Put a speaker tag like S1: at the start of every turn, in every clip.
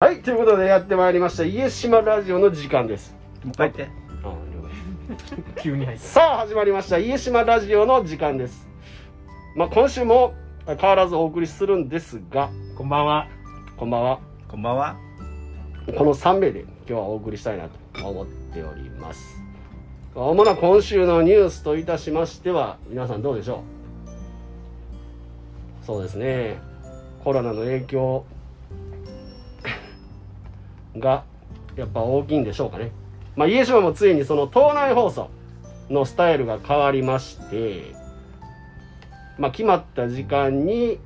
S1: はい、ということでやってまいりました家島ラジオの時間です。
S2: もう一回言って。急に入っ
S1: さあ始まりました家島ラジオの時間です。まあ今週も変わらずお送りするんですが、
S2: た。こんばんは。
S1: こんばんは。
S2: こんばんは。
S1: この3名で今日はお送りしたいなと思っております。主な今週のニュースといたしましては皆さんどうでしょうそうですねコロナの影響がやっぱ大きいんでしょうかね、まあ、家島もついにその党内放送のスタイルが変わりまして、まあ、決まった時間に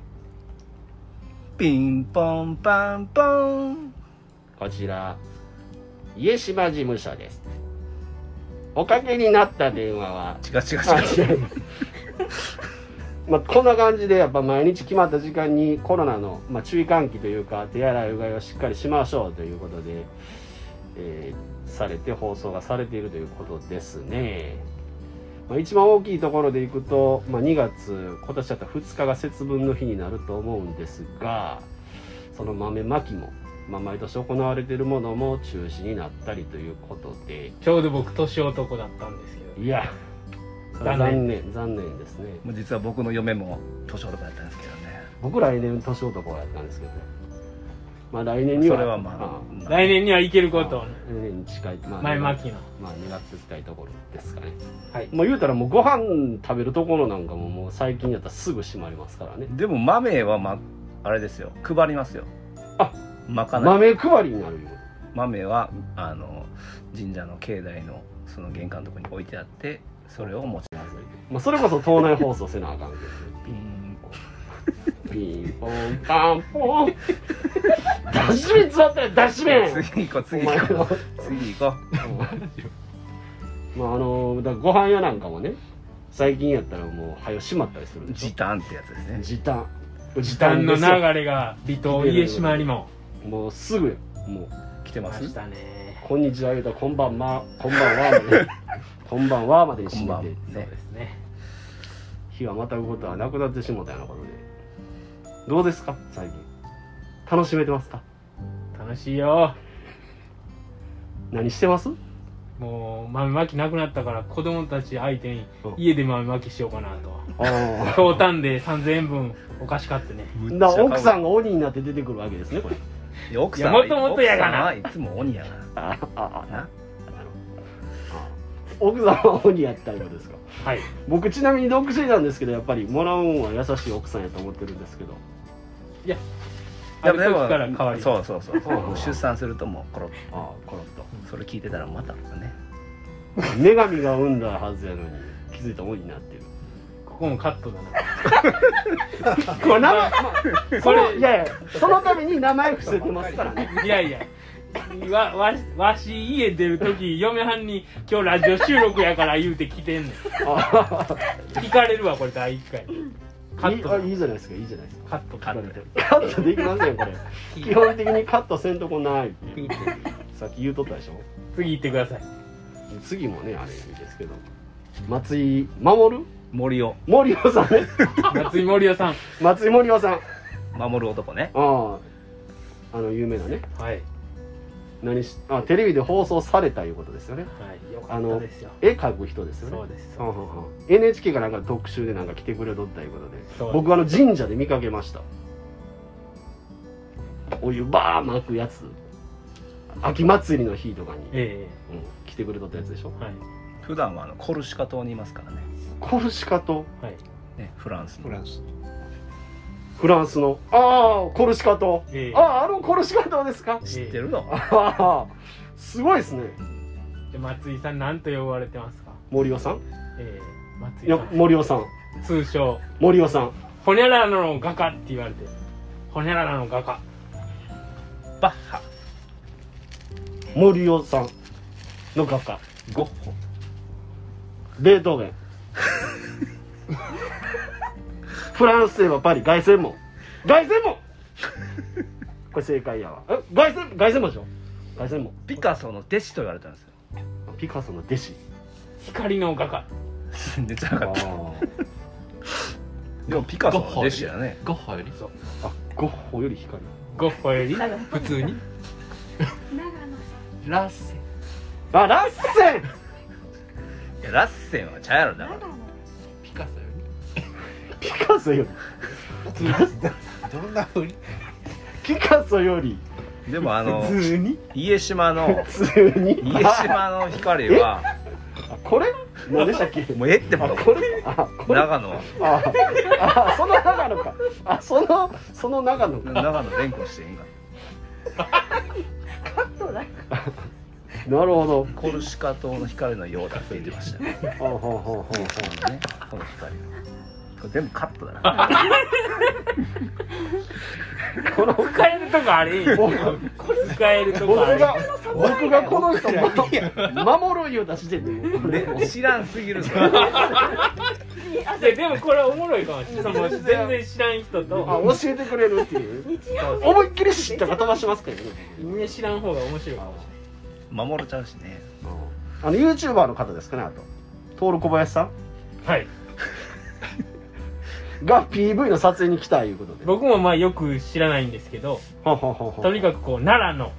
S2: ピンポンパンポン。
S1: こちら、家島事務所です。おかけになった電話は、
S2: 違う違
S1: あ
S2: う違う。
S1: 違うまあ、こんな感じでやっぱ毎日決まった時間にコロナの、まあ、注意喚起というか手洗いうがいをしっかりしましょうということで、えーされて放送がされているということですね、まあ、一番大きいところでいくと、まあ、2月今年だったら2日が節分の日になると思うんですがその豆まきも、まあ、毎年行われているものも中止になったりということで
S3: ちょうど僕年男だったんですけど
S1: いやそれは残念残念ですね
S2: もう実は僕の嫁も年男だったんですけどね。
S1: 僕来年年男やったんですけどねまあ来年に
S2: そ
S1: は
S2: れはま
S1: あ
S2: あ。
S3: 来年には行けること
S1: 来年に近い、まあ、
S3: 前巻きの
S1: まあ狙っていきたいところですかね
S3: はい
S1: もう言うたらもうご飯食べるところなんかももう最近やったらすぐ閉まりますからね
S2: でも豆はまあれですよ。配りますよ。
S1: あ、
S2: まかない。
S1: 豆配りになるよ
S2: 豆はあの神社の境内のその玄関のとこに置いてあって、それを持ち。
S1: まあそれこそ島内放送せなあかんけどね
S2: ピン
S1: ピンポ
S2: ポン
S1: ンパンポン出し麺座ったら出し麺
S2: 次行こう
S1: お
S2: 次
S1: 前
S2: 行こ
S1: の
S2: う次行こう。
S1: まああのだからご飯屋なんかもね最近やったらもう早う閉まったりするでしょ
S2: 時短ってやつですね。
S1: 時短時
S3: 時短の
S1: ですよ
S3: 流れが離島家島にも
S1: もうすぐよもう
S2: 来て
S3: 来
S2: ま。
S3: ますしたね
S1: こんにちは言うたらこんばんまこんばんはまでこんばんはまでに
S2: こ
S1: 閉
S2: んばん
S1: めて
S3: そう
S2: ね
S3: で。すね
S1: 日はまたぐことはなくなってしもたようなことでどうですか最近楽しめてますか
S3: 楽しいよ
S1: 何してます
S3: もう豆まきなくなったから子供たち相手に
S1: うん
S3: 家で豆まきしようかなと
S1: ああ
S3: 京丹で3000円分お菓子買ってね
S2: むっちゃ
S1: だ
S2: 買うわ
S1: 奥さんが鬼になって出てくるわけですねこれ
S2: いや奥さんはい
S3: や元々やが
S2: 奥
S3: な
S2: さんはいつも鬼やがな
S1: ああ
S2: な
S1: 奥さんは鬼やったいうことですか
S3: はい
S1: 僕ちなみに独身なんですけどやっぱりもらうもんは優しい奥さんやと思ってるんですけど
S3: ある時から変わり
S2: そうそうそう
S1: うんうん
S2: 出産するともうコロッ
S1: ああコロッと
S2: それ聞いてたらまたね
S1: 女神が産んだはずやのに気づいたら鬼になってる
S3: ここもカットだ な
S1: これ名前、
S3: こ
S1: これ
S3: れ
S1: いやいやそのために名前伏せてますからね
S3: いやいやわわわし家出る時嫁はんに「今日ラジオ収録やから」言うて来てんねん
S1: あ
S3: 聞かれるわこれ第一回カ
S1: い
S3: ッ
S1: いあ
S3: ト
S1: いいじゃないですかいいじゃないですか
S3: カット
S2: カット
S1: カットできませんよこれ基本的にカットせんとこないっていうさっき言うとったでしょ
S3: 次行ってください
S1: 次もねあれですけど松井守る
S2: 森を
S1: 森尾さんね
S3: 松井森夫さん
S1: 松井森尾さんあ
S2: 守る男ね
S1: ああの有名なね
S3: はい
S1: 何しあテレビで放送されたいうことですよね
S3: はいよか
S1: あ
S3: った
S1: の
S3: ですよ
S1: 絵描く人ですよね
S3: そうです
S1: はんはんはん NHK がなんか特集でなんか来てくれとったいうことで
S3: そうです
S1: 僕はあの神社で見かけましたお湯バー巻くやつ秋祭りの日とかに、うん、
S3: え
S1: 来てくれとったやつでしょ
S3: えはい
S2: 普段はあのコルシカ島にいますからね
S1: コルシカと
S3: はい
S2: ねフランスの
S4: ンス
S1: フランスのああコルシカと
S3: ええ
S1: あああのコルシカとですか
S2: 知ってるの
S1: ああすごいですね
S3: で松井さん何と呼ばれてますか
S1: 森尾さん
S3: ええ松
S1: いや
S3: 井
S1: 森尾さん
S3: さん通称
S1: 森尾さん
S3: ホニャララの画家って言われてるホニャララの画家
S2: バッハ
S1: 森尾さんの画家
S2: ゴッホ
S1: ベートーベン フランスといえばパリ凱旋門凱旋門これ正解やわえ凱旋凱旋門でしょ凱旋門
S2: ピカソの弟子と言われたんですよ
S1: ピカソの弟子
S3: 光の画家
S2: 寝てなかった
S1: あ
S2: でもピカソの弟子だね
S4: ゴッホより
S3: そう
S1: ゴッホより光
S3: ゴッホより
S4: 普通に長野さ
S2: ラッセン
S1: あラッセン
S2: いやラッセンはちゃうやろ
S4: ん
S2: だから
S4: 長野
S5: ピカソよ
S1: ピカソよ
S5: り
S1: ラッセン
S5: どんなふうに
S1: ピカソより
S2: でもあの
S1: 普通に
S2: 家島 の
S1: 普通に
S2: 家島の光は
S1: あこれ何でしたっけ
S2: もうええって
S1: あ
S2: こと
S1: これあこれあ
S2: 長野は
S1: あ その長野かあそのその長野か
S2: 長野連呼していいんか
S4: カットだ
S1: なるほど
S2: コルシカ島の光のようだって言ってましたね
S1: ほうほうほうほう
S2: 家島のねこの光これ全部カットだな
S1: この
S3: 使えるとこあれ
S1: 僕
S3: 使えるとこあ
S1: 僕
S3: れ
S1: が僕がこの人
S5: いやいや
S1: ま守ろう言うた時点でこれ
S2: で知らんすぎるから
S3: いやでもこれおもろいかもしれないその全然知らん人
S1: あ
S3: と
S1: 教えてくれるっていう
S4: 日曜日
S1: 思いっきり知ったら飛ばしますけどね
S3: ね知らん方が面白いかもし
S2: 守れちゃうしね
S1: あの YouTuber の方ですかねあと徹小林さ
S3: れないはい
S1: んが PV の撮影に来たいうことで
S3: 僕もまあよく知らないんですけど
S1: ほうほうほうほう
S3: とにかくこう奈良の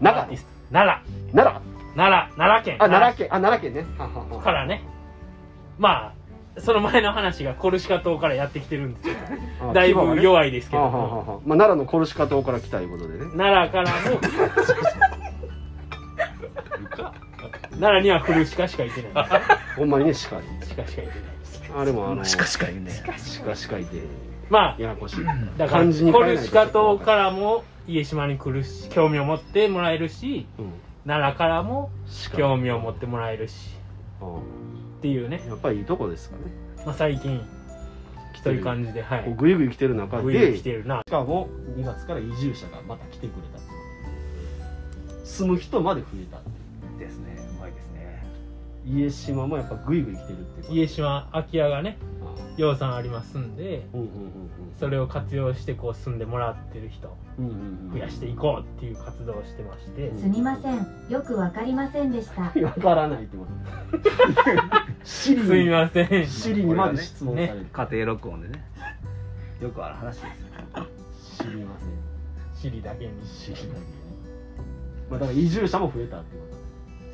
S3: ア
S1: 長
S3: ーテ
S1: 野
S3: ィスト奈
S1: 奈良
S3: 良奈良奈良県
S1: あ奈良県あ奈良県ねははは
S3: からねまあその前の話がコルシカ島からやってきてるんですよ
S1: あ
S3: だいぶ
S1: 規模がね
S3: 弱いですけ
S1: はあ
S3: ど
S1: はあはあまあ、奈良のコルシカ島から来たいうことでね
S3: 奈良からも奈良にはコルシカしかいてない
S1: ほんまにね鹿に
S3: しかしかいてない
S1: あれもあの
S2: しかしか言うね
S1: 鹿鹿いて
S3: まあ
S1: ややこしい
S3: だから
S1: 漢字に
S3: コ
S1: 変えない
S3: ル
S1: と
S3: シカ島からも家島に来るし興味を持ってもらえるし
S1: うん
S3: 奈良からも
S1: 鹿
S3: 興味を持ってもらえるし
S1: う
S3: っていうね
S1: ん、やっぱりいいとこですかね
S3: まあ、最近
S1: 来
S3: と
S1: て
S3: いう
S1: る
S3: 感じでは
S1: こう
S3: い
S1: グイグイ来てる中
S3: グイグイ
S1: で
S3: 来てるな
S1: しかも2月から移住者がまた来てくれた住む人まで増えた
S2: ですねうまいですね
S1: 家島もやっぱグイグイ来てるっていう
S3: 家島空き家がね
S1: あ
S3: 養蚕ありますんで
S1: うんうん
S3: それを活用してこう住んでもらってる人
S1: うんうんうんうん
S3: 増やしていこうっていう活動をしてまして
S1: うん
S6: すみませんよくわかりませんでした
S1: わからないってこと シ
S3: すみ
S1: リ
S3: ません
S1: にシリにまで質問される、
S2: 家庭録音でねよくある話ですよ
S1: 知りません
S3: シリだけに
S1: 知りないまあだから移住者も増えたってこと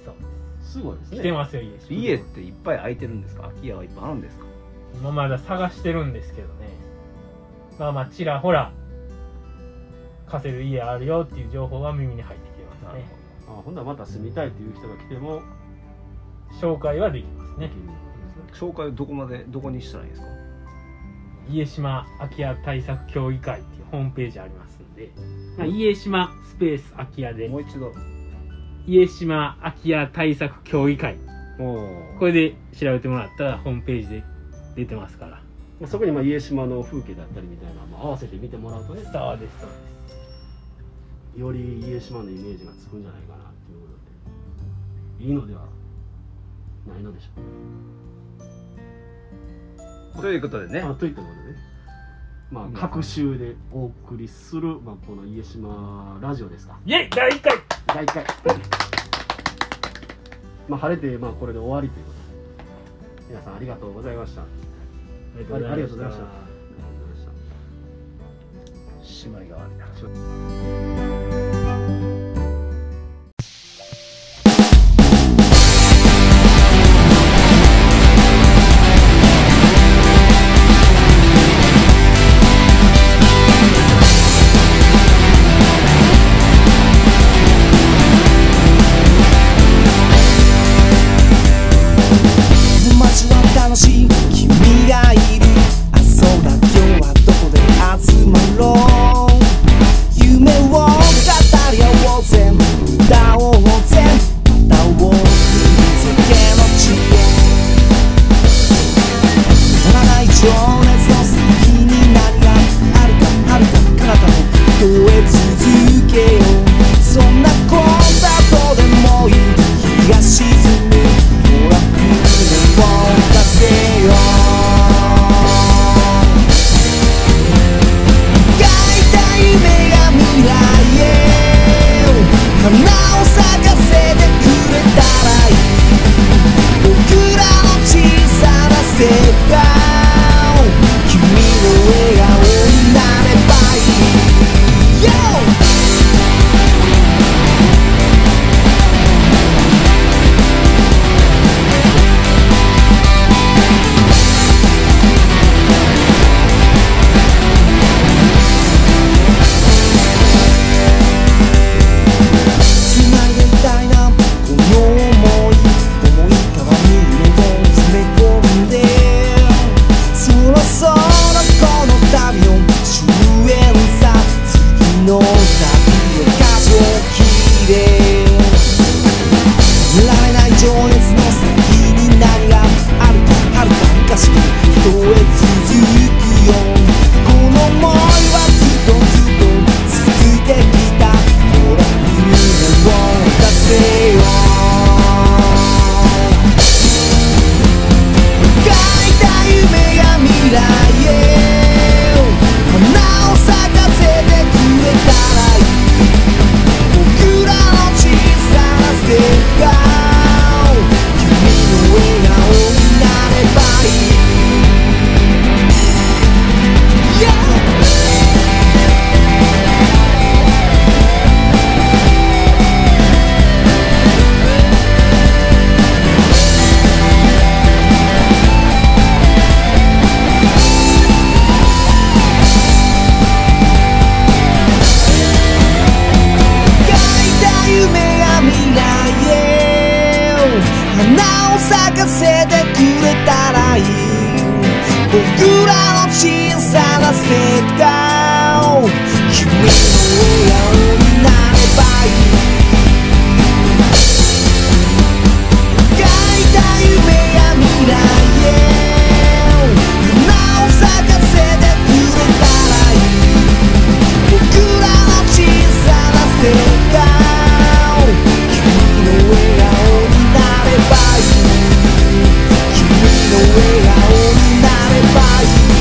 S3: そう
S1: すごいですね
S3: 来てますよ家島
S2: 家っていっぱい空いてるんですか空き家はいっぱいあるんですか
S3: まあまだ探してるんですけどねまあまあちらほら貸せる家あるよっていう情報は耳に入ってきてま
S2: な
S3: す
S2: る
S3: ね
S2: ほど
S1: あほんならまた住みたいっていう人が来ても
S3: 紹介はできますね
S2: 紹介をどこまでどこにしたらいいんですか
S3: 家島空き家対策協議会っていうホームページありますんで、まあ、家島スペース空き家で
S2: もう一度
S3: 家島空き家対策協議会
S1: お
S3: これで調べてもらったらホームページで出てますから
S1: おそこにまあ家島の風景だったりみたいなのも合わせて見てもらうとね
S3: そうですそうです
S1: より家島のイメージがつくんじゃないかなっていうことでいいのではないのでしょ
S2: ということで
S1: う
S2: ね
S1: か、あといったことでねまあ
S2: うん
S1: 各週でお送りする、まあ、この家島ラジオですか
S3: イェイ第1回
S1: 第1回まあ晴れてまあこれで終わりということで皆さんありがとうございました
S3: あり
S1: がとうございました
S2: 締まりが悪いな
S7: 街の楽しい君がいるあそうだ今日はどこで集まろう夢を語り合おうぜ歌おうぜまたを世間の地を止まらない情熱の先に何があるかあるか彼方を越え続けようそんなこんなどうでもいい日が沈むほら船を出せよ描いた夢が未来へ花を咲かせてくれたらいい僕らの小さな世界君の笑顔になればいい YO! 君の笑顔になればいい花を咲かせてくれたらいい僕らの小さな世界君の笑顔になればいい描いた夢や未来へ花を咲かせてくれたらいい僕らの小さな世界君の笑顔になればいい君の笑顔になればいい